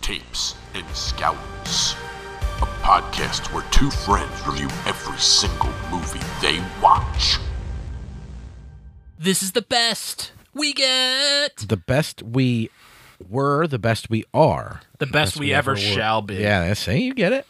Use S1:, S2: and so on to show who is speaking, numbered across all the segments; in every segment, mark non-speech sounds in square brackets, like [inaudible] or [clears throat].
S1: Tapes and Scouts. A podcast where two friends review every single movie they watch.
S2: This is the best we get.
S3: the best we were, the best we are.
S4: The best we, ever, shall be.
S3: Yeah, that's see, you get it.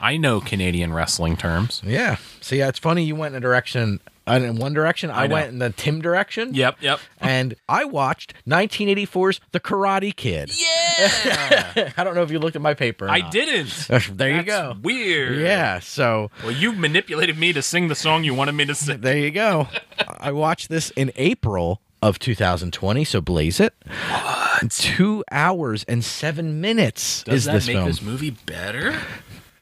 S4: I know Canadian wrestling terms.
S3: Yeah. See, it's funny you went in a direction, uh, in one direction. I,
S4: I know.
S3: went in the Tim direction.
S4: Yep, yep.
S3: And I watched 1984's The Karate Kid.
S2: Yeah.
S3: [laughs] I don't know if you looked at my paper. or
S4: I
S3: not.
S4: didn't.
S3: [laughs] There you
S4: That's
S3: go.
S4: Weird.
S3: Yeah. So
S4: Well, you manipulated me to sing the song you wanted me to sing.
S3: there you go. I watched this in April of 2020. So blaze it. Two hours and seven minutes
S4: Does
S3: is
S4: that
S3: this
S4: make
S3: film.
S4: this movie better?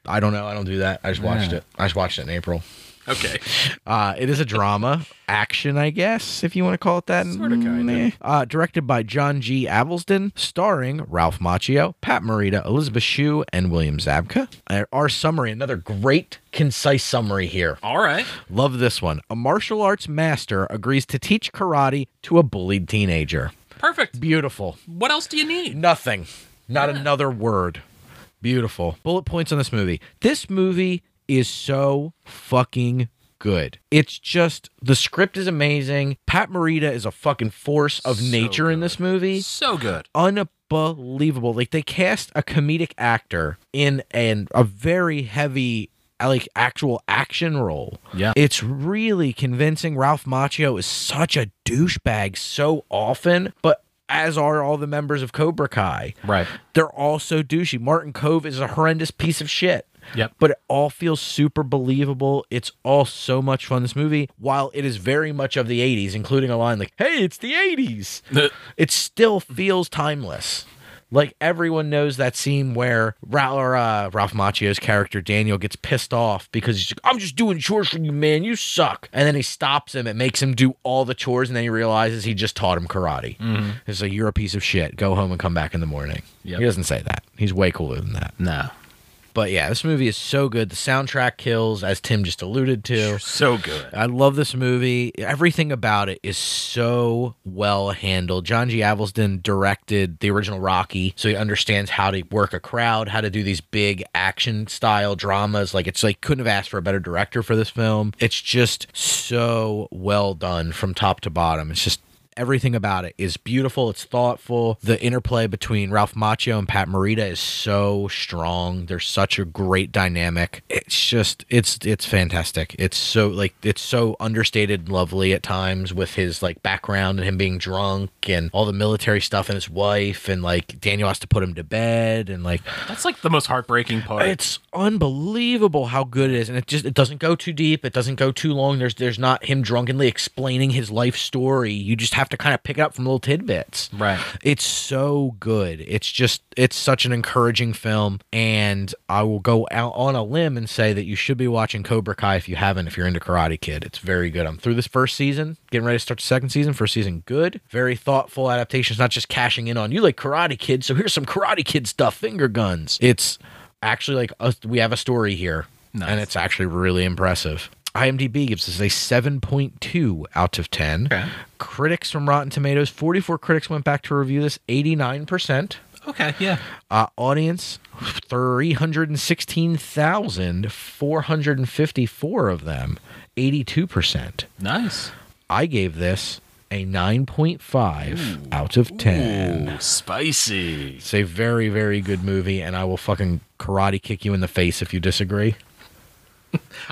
S3: I don't know. I don't do that. I just watched it. I just watched it in April.
S4: Okay.
S3: Uh, it is
S4: [laughs]
S3: a drama, action, I guess, if you want to call it that.
S4: Sorta, kinda.
S3: Meh. Uh, directed by John G. Avildsen, starring Ralph Macchio, Pat Morita, Elizabeth Shue, and William Zabka. Uh, Our summary, another great, concise summary here.
S4: All right.
S3: Love this one. A martial arts master agrees to teach karate to a bullied teenager.
S4: Perfect.
S3: Beautiful.
S4: What else do you need?
S3: Nothing. Not another word. Beautiful. Bullet points on this movie. This movie is so fucking good. It's just the script is amazing. Pat Morita is a fucking force of
S4: So
S3: nature in
S4: good.
S3: this movie.
S4: So good.
S3: Unbelievable. Like they cast a comedic actor in an a very heavy like actual action role.
S4: Yeah.
S3: It's really convincing. Ralph Macchio is such a douchebag so often, but as are all the members of Cobra Kai.
S4: [laughs] Right.
S3: They're all so douchey. Martin Cove is a horrendous piece of shit.
S4: Yep.
S3: But it all feels super believable. It's all so much fun. This movie, while it is very much of the 80s, including a line like, hey, it's the 80s, it still feels timeless. Like everyone knows that scene where Ra- or, uh, Ralph Macchio's character Daniel gets pissed off because he's like, "I'm just doing chores for you, man. You suck." And then he stops him. It makes him do all the chores, and then he realizes he just taught him karate. It's like you're a piece of shit. Go home and come back in the morning.
S4: Yep.
S3: He doesn't say that. He's way cooler than that.
S4: no.
S3: But yeah, this movie is so good. The soundtrack kills, as Tim just alluded to.
S4: So good.
S3: I love this movie. Everything about it is so well handled. John G. Avildsen directed the original Rocky, so he understands how to work a crowd, how to do these big action style dramas. Like it's like couldn't have asked for a better director for this film. It's just so well done from top to bottom. It's just Everything about it is beautiful. It's thoughtful. The interplay between Ralph Macchio and Pat Morita is so strong. There's such a great dynamic. It's just, it's, it's fantastic. It's so like, it's so understated, and lovely at times with his like background and him being drunk and all the military stuff and his wife and like Daniel has to put him to bed and like
S4: That's like the most heartbreaking part.
S3: it's unbelievable how good it is, and it just it doesn't go too deep. It doesn't go too long. There's there's not him drunkenly explaining his life story. You just have to kind of pick it up from little tidbits.
S4: right.
S3: It's so good. It's just it's such an encouraging film, and I will go out on a limb and say that you should be watching Cobra Kai if you haven't. If you're into Karate Kid, it's very good. I'm through this first season, getting ready to start the second season. First season, good, very thoughtful adaptations, not just cashing in on you like Karate Kid. So here's some Karate Kid stuff, finger guns. It's actually like us we have a story here, and it's actually really impressive. IMDb gives us a 7.2 out of 10 critics from Rotten Tomatoes. 44 critics went back to review this, 89%.
S4: Okay. Yeah.
S3: Uh, audience, 316,454 of them, 82%.
S4: Nice.
S3: I gave this a 9.5 out of 10.
S4: Ooh, spicy.
S3: It's a very, very good movie, and I will fucking karate kick you in the face if you disagree.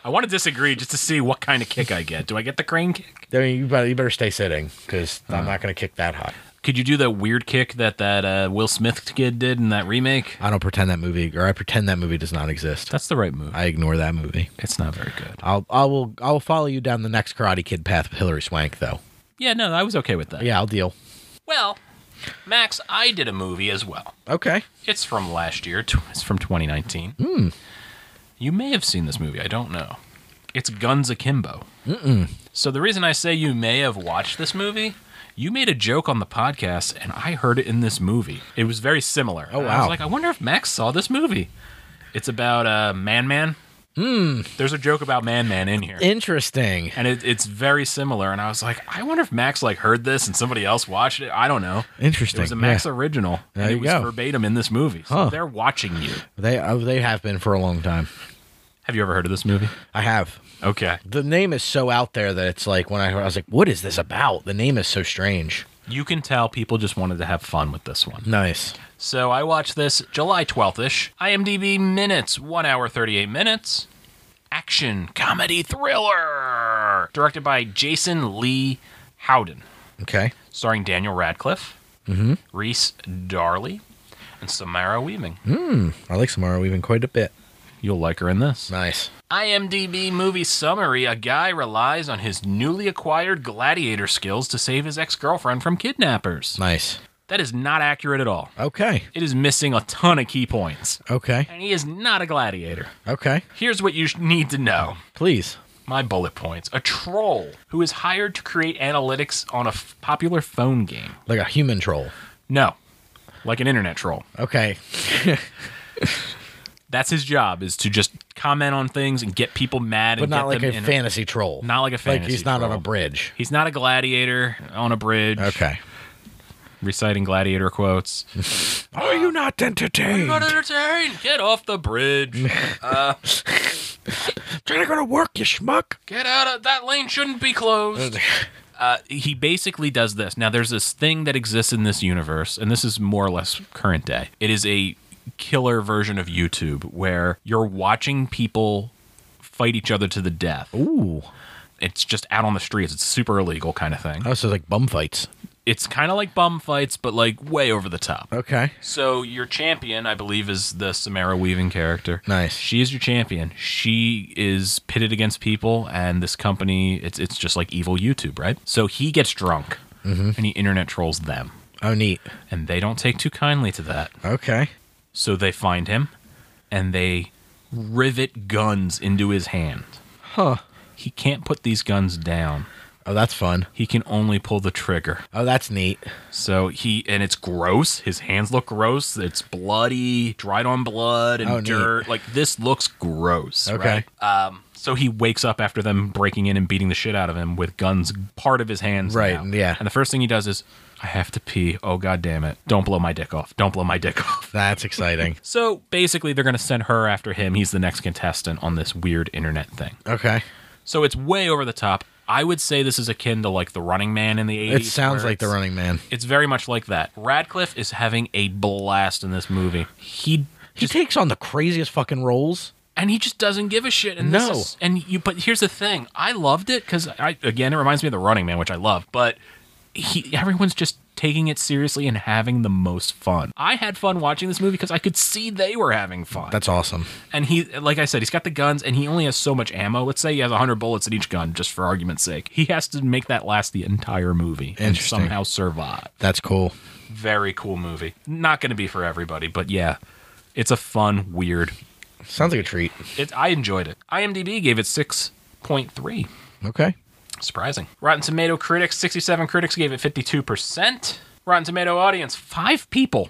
S4: I want to disagree just to see what kind of kick I get. Do I get the crane kick?
S3: I mean, you better, you better stay sitting because I'm not going to kick that high.
S4: Could you do that weird kick that that uh, Will Smith kid did in that remake?
S3: I don't pretend that movie, or I pretend that movie does not exist.
S4: That's the right move.
S3: I ignore that movie.
S4: It's not very good.
S3: I'll I will I will follow you down the next Karate Kid path, with Hillary Swank. Though,
S4: Yeah, no, I was okay with that.
S3: yeah, I'll deal.
S4: Well, Max, I did a movie as well.
S3: Okay,
S4: It's from last year. tw- It's from 2019.
S3: Hmm.
S4: You may have seen this movie. I don't know. It's Guns Akimbo. Mm-mm. So the reason I say you may have watched this movie, you made a joke on the podcast, and I heard it in this movie. It was very similar.
S3: Oh,
S4: And I
S3: wow.
S4: was like, I wonder if Max saw this movie. It's about uh, Man Man.
S3: Hmm.
S4: There's a joke about Man Man in here.
S3: Interesting.
S4: and it, it's very similar. And I was like, I wonder if Max like heard this and somebody else watched it. I don't know. It
S3: Interesting.
S4: was a Max
S3: yeah.
S4: original,
S3: There
S4: and it
S3: you
S4: was
S3: go.
S4: verbatim in this movie. So
S3: Huh.
S4: they're watching you.
S3: They oh, they have been for a long time.
S4: Have you ever heard of this movie?
S3: I have.
S4: Okay,
S3: The name is so out there that it's like when I heard, I was like, "What is this about?" The name is so strange.
S4: you can tell people just wanted to have fun with this one.
S3: Nice.
S4: So I watched this July 12th ish. IMDb minutes, 1 hour 38 minutes. Action comedy thriller. Directed by Jason Lee Howden.
S3: Okay.
S4: Starring Daniel Radcliffe,
S3: Mm-hmm.
S4: Reese Darley, and Samara Weaving.
S3: I like Samara Weaving quite a bit.
S4: You'll like her in this.
S3: Nice.
S4: IMDb movie summary A guy relies on his newly acquired gladiator skills to save his ex girlfriend from kidnappers.
S3: Nice.
S4: That is not accurate at all.
S3: Okay.
S4: It is missing a ton of key points.
S3: Okay.
S4: And he is not a gladiator.
S3: Okay.
S4: Here's what you sh- need to know
S3: Please.
S4: my bullet points. A troll who is hired to create analytics on a f- popular phone game.
S3: Like a human troll.
S4: No, like an internet troll.
S3: Okay.
S4: That's his job is to just comment on things and get people mad
S3: But
S4: and
S3: not
S4: get
S3: like
S4: them
S3: a
S4: in-
S3: fantasy troll.
S4: Not like a fantasy
S3: Like he's not on a
S4: troll.
S3: bridge.
S4: He's not a gladiator on a bridge.
S3: Okay.
S4: Reciting gladiator quotes.
S3: Are you not entertained?
S4: entertained. Get off the bridge.
S3: Trying to go to work, you schmuck.
S4: Get out of that lane. Shouldn't be closed. Uh, [laughs] he basically does this. Now, there's this thing that exists in this universe, and this is more or less current day. It is a killer version of YouTube where you're watching people fight each other to the death.
S3: Ooh.
S4: It's just out on the streets. It's super illegal kind of thing.
S3: Oh, so like bum fights.
S4: It's kind of like bum fights, but like way over the top.
S3: Okay.
S4: So your champion, I believe, is the Samara Weaving character.
S3: Nice.
S4: She is your champion. She is pitted against people, and this company, it's it's just like evil YouTube, right? So he gets drunk, and he internet trolls them,
S3: Oh, neat.
S4: and they don't take too kindly to that.
S3: Okay.
S4: So they find him, and they rivet guns into his hand.
S3: Huh.
S4: He can't put these guns down.
S3: Oh, that's fun.
S4: He can only pull the trigger.
S3: Oh, that's neat.
S4: So he and it's gross. His hands look gross. It's bloody, dried on blood and
S3: Oh, neat.
S4: dirt. Like this looks gross.
S3: Okay.
S4: right? Um. So he wakes up after them breaking in and beating the shit out of him with guns part of his hands.
S3: Right,
S4: now.
S3: yeah.
S4: And the first thing he does is, I have to pee. Oh god damn it! Don't blow my dick off. Don't blow my dick [laughs] off.
S3: That's exciting.
S4: So basically, they're gonna send her after him. He's the next contestant on this weird internet thing.
S3: Okay.
S4: So it's way over the top. I would say this is akin to like the Running Man in the
S3: It
S4: eighties.
S3: sounds like the running man.
S4: It's very much like that. Radcliffe is having a blast in this movie. He
S3: He takes on the craziest fucking roles.
S4: and he just doesn't give a shit. And
S3: No.
S4: this is, and you. But here's the thing: I loved it because I again it reminds me of The Running Man, which I love. But he everyone's just taking it seriously and having the most fun. I had fun watching this movie because I could see they were having fun.
S3: That's awesome.
S4: and he, like I said, he's got the guns and he only has so much ammo. Let's say he has 100 bullets in each gun, just for argument's sake. He has to make that last the entire movie and
S3: Interesting.
S4: somehow survive.
S3: That's cool.
S4: very cool movie. Not going to be for everybody, but yeah, it's a fun, weird.
S3: Sounds like a treat.
S4: It, I enjoyed it. IMDb gave it 6.3.
S3: Okay.
S4: Surprising. Rotten Tomato critics, 67 critics gave it 52%. Rotten Tomato audience, five people,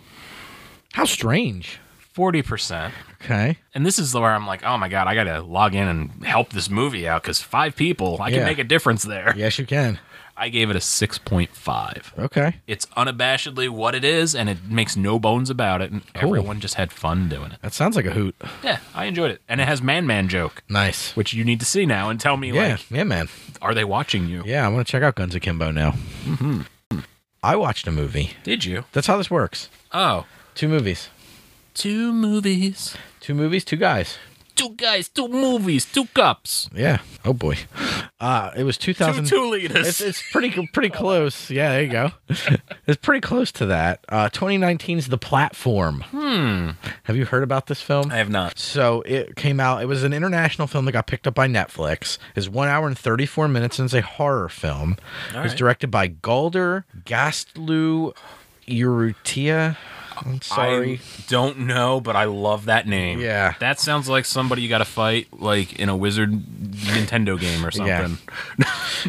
S3: How strange.
S4: 40%.
S3: Okay.
S4: And this is where I'm like, oh my God, I got to log in and help this movie out because five people, I can
S3: Yeah.
S4: make a difference there.
S3: Yes, you can.
S4: I gave it a 6.5.
S3: Okay.
S4: It's unabashedly what it is, and it makes no bones about it. And everyone just had fun doing it.
S3: That sounds like a hoot.
S4: Yeah, I enjoyed it. And it has Man Man joke,
S3: Nice.
S4: which you need to see now and tell me,
S3: Yeah.
S4: like,
S3: Yeah, man.
S4: are they watching you?
S3: Yeah, I'm gonna check out Guns Akimbo now. Mm-hmm. I watched a movie.
S4: Did you?
S3: That's how this works.
S4: Oh,
S3: Two movies.
S4: two movies.
S3: Two movies. Two guys.
S4: Two guys, two movies, two cups.
S3: Yeah. Oh boy. Uh, it was 2000.
S4: Two leaders.
S3: It's, it's pretty pretty close. Yeah, there
S4: [laughs]
S3: you go. it's pretty close to that. Uh, 2019's The Platform. Hmm. Have you heard about this film?
S4: have not.
S3: So it came out. It was an international film that got picked up by Netflix. It's one hour and thirty four minutes and it's a horror film. it was
S4: right.
S3: directed by Galder Gastlu Urrutia. I'm sorry.
S4: I don't know, but I love that name.
S3: Yeah.
S4: That sounds like somebody you got to fight, like in a Wizard Nintendo game or something.
S3: Yeah.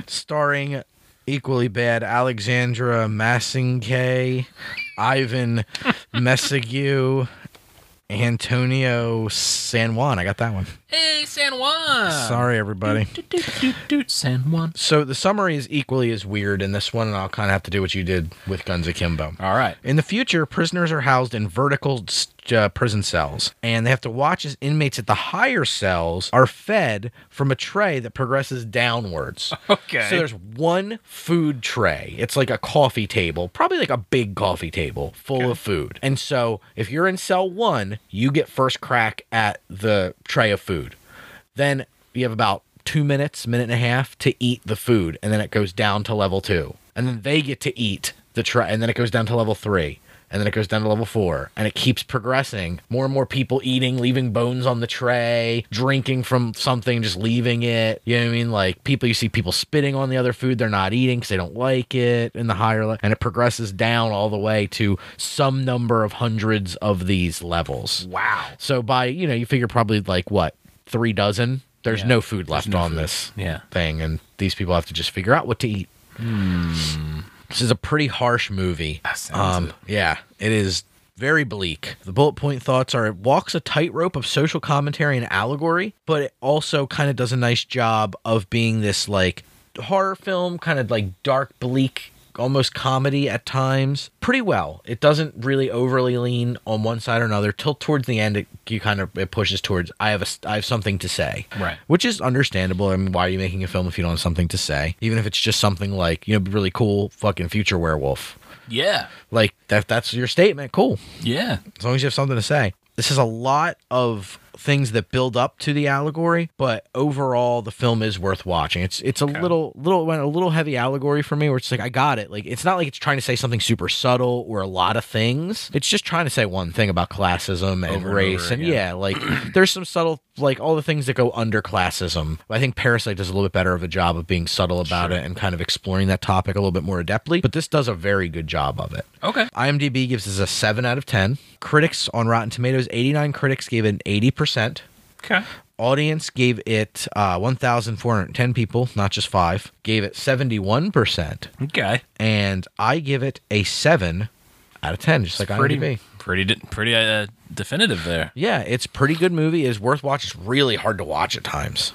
S3: Starring equally bad Alexandra Massingay, Ivan Messigue, Antonio San Juan. I got that one.
S4: Hey, San Juan.
S3: Sorry, everybody.
S4: Doot, doot, doot, doot, San Juan.
S3: So the summary is equally as weird in this one, and I'll kind of have to do what you did with Guns Akimbo.
S4: All right.
S3: In the future, prisoners are housed in vertical uh, prison cells, and they have to watch as inmates at the higher cells are fed from a tray that progresses downwards.
S4: Okay.
S3: So there's one food tray. It's like a coffee table, probably like a big coffee table full of food. And so if you're in cell one, you get first crack at the tray of food. Then you have about two minutes, minute and a half to eat the food. And then it goes down to level two. And then they get to eat the tray. And then it goes down to level three. And then it goes down to level four. And it keeps progressing. More and more people eating, leaving bones on the tray, drinking from something, just leaving it. You know what I mean? Like people, you see people spitting on the other food they're not eating because they don't like it in the higher level. And it progresses down all the way to some number of hundreds of these levels.
S4: wow.
S3: So by you know, you figure probably like what three dozen. There's
S4: Yeah.
S3: no food left on this
S4: Yeah.
S3: thing, and these people have to just figure out what to eat. This is a pretty harsh movie.
S4: Hmm. That sounds it.
S3: Um, yeah, it is very bleak. The bullet point thoughts are: it walks a tightrope of social commentary and allegory, but it also kind of does a nice job of being this like horror film, kind of like dark, bleak. Almost comedy at times, pretty well. It doesn't really overly lean on one side or another. Till towards the end, it you kind of it pushes towards. I have a s- I have something to say,
S4: Right.
S3: which is understandable. I mean, why are you making a film if you don't have something to say? Even if it's just something like, you know, be really cool fucking future werewolf.
S4: Yeah.
S3: Like that that's your statement, cool.
S4: Yeah.
S3: As long as you have something to say. This is a lot of things that build up to the allegory, but overall the film is worth watching. It's it's a little little went a little heavy allegory for me where it's like I got it. Like it's not like it's trying to say something super subtle or a lot of things. It's just trying to say one thing about classism and
S4: Over and
S3: race
S4: over
S3: and
S4: again.
S3: yeah,
S4: [clears throat]
S3: like there's some subtle like all the things that go under classism. I think Parasite does a little bit better of a job of being subtle about it and kind of exploring that topic a little bit more adeptly, but this does a very good job of it.
S4: Okay.
S3: IMDb gives us a 7 out of 10. Critics on Rotten Tomatoes, 89 critics gave it an 80%.
S4: Okay.
S3: Audience gave it uh, 1,410 people, not just five, gave it 71%.
S4: Okay.
S3: And I give it a 7 out of 10, just like
S4: pretty,
S3: IMDb.
S4: pretty, de- pretty uh, definitive there.
S3: Yeah, it's a pretty good movie. It's worth watching. It's really hard to watch at times.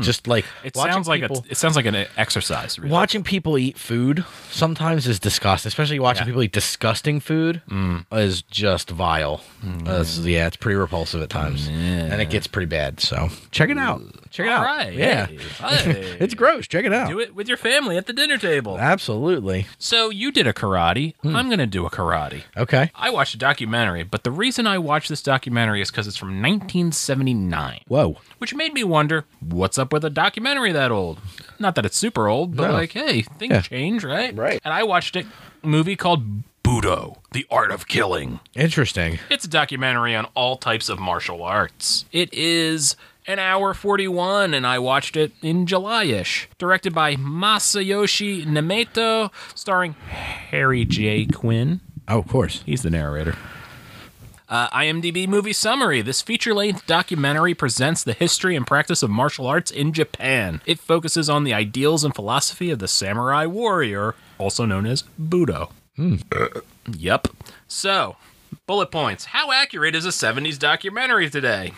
S3: Just like
S4: Hmm. It
S3: watching
S4: sounds like
S3: people-
S4: a, it sounds like an e, exercise. Really.
S3: Watching people eat food sometimes is disgusting, especially watching
S4: Yeah.
S3: people eat disgusting food is just vile. Uh, this is- yeah, it's pretty repulsive at times, and it gets pretty bad. So check it out. Check it
S4: All
S3: out.
S4: right.
S3: Yeah,
S4: Hey. Hey.
S3: it's gross. Check it out.
S4: Do it with your family at the dinner table.
S3: Absolutely.
S4: So you did a karate.
S3: Hmm.
S4: I'm gonna do a karate.
S3: Okay.
S4: I watched a documentary, but the reason I watched this documentary is because it's from 1979,
S3: Whoa.
S4: which made me wonder what's up with a documentary that old. Not that it's super old, but
S3: No.
S4: like, hey, things
S3: Yeah.
S4: change, right?
S3: Right.
S4: And I watched a movie called Budo: The Art of Killing.
S3: Interesting.
S4: It's a documentary on all types of martial arts. It is an hour 41, and I watched it in July ish. Directed by Masayoshi Nemeto, starring Harry J. Quinn.
S3: Oh, of course.
S4: He's the narrator. Uh, IMDb movie summary. This feature length documentary presents the history and practice of martial arts in Japan. It focuses on the ideals and philosophy of the samurai warrior, also known as Budo. yep. So, bullet points. How accurate is a 70s documentary today?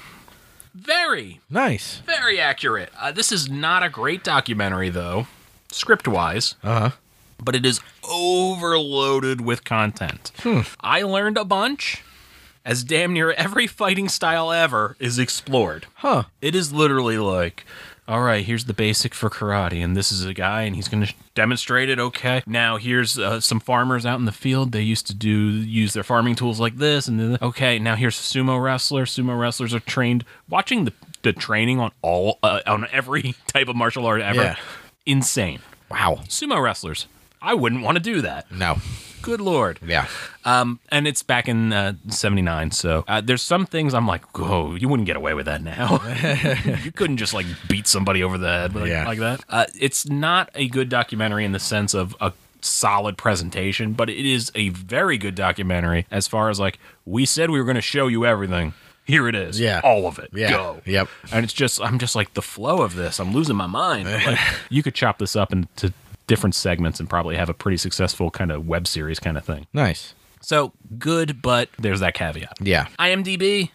S4: Very,
S3: Nice.
S4: very accurate. Uh, this is not a great documentary, though, script wise
S3: Uh huh.
S4: but it is overloaded with content.
S3: Hmm.
S4: I learned a bunch, as damn near every fighting style ever is explored.
S3: Huh.
S4: It is literally like, all right, here's the basic for karate, and this is a guy, and he's going to demonstrate it. Okay, now here's uh, some farmers out in the field. They used to do use their farming tools like this, and then okay, now here's a sumo wrestler. Sumo wrestlers are trained watching the the training on all uh, on every [laughs] type of martial art ever.
S3: Yeah.
S4: Insane
S3: Wow.
S4: sumo wrestlers. I wouldn't want to do that.
S3: No.
S4: Good lord.
S3: Yeah.
S4: Um, and it's back in uh, '79, so uh, there's some things I'm like, whoa, you wouldn't get away with that
S3: [laughs]
S4: now. you couldn't just like beat somebody over the head with, like,
S3: Yeah.
S4: like that. Uh, it's not a good documentary in the sense of a solid presentation, but it is a very good documentary as far as like we said we were going to show you everything. Here it is.
S3: Yeah.
S4: All of it.
S3: Yeah.
S4: Go.
S3: Yep.
S4: And it's just I'm just like the flow of this. I'm losing my mind. Like, you could chop this up into different segments and probably have a pretty successful kind of web series kind of thing.
S3: Nice.
S4: So good, but there's that caveat.
S3: Yeah.
S4: IMDb,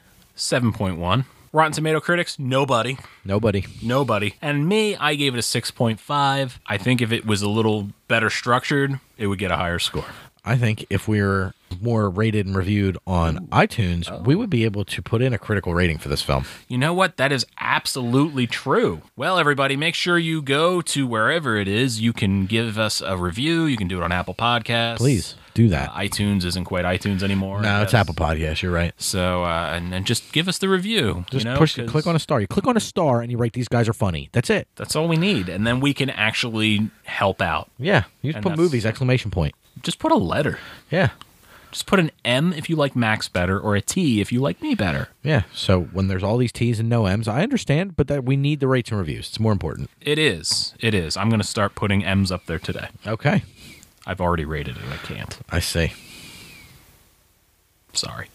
S4: 7.1. Rotten Tomato critics, nobody.
S3: Nobody.
S4: Nobody. And me, I gave it a 6.5. I think if it was a little better structured, it would get a higher score.
S3: I think if we were more rated and reviewed on iTunes, we would be able to put in a critical rating for this film.
S4: You know what? That is absolutely true. Well, everybody, make sure you go to wherever it is. You can give us a review. You can do it on Apple Podcasts.
S3: Please do that.
S4: Uh, iTunes isn't quite iTunes anymore.
S3: no,
S4: I
S3: it's
S4: guess.
S3: Apple Podcast. You're right.
S4: So, uh, and, and just give us the review.
S3: Just
S4: you know,
S3: push,
S4: 'cause
S3: click on a star. You click on a star and you write, these guys are funny. That's it.
S4: That's all we need. And then we can actually help out.
S3: Yeah. You just
S4: And
S3: put
S4: that's-
S3: movies, exclamation point.
S4: Just put a letter.
S3: Yeah.
S4: Just put an M if you like Max better or a T if you like me better.
S3: Yeah. So when there's all these T's and no M's, I understand, but that we need the rates and reviews. It's more important.
S4: It is. It is. I'm going to start putting M's up there today.
S3: Okay.
S4: I've already rated it. I can't.
S3: I see.
S4: Sorry.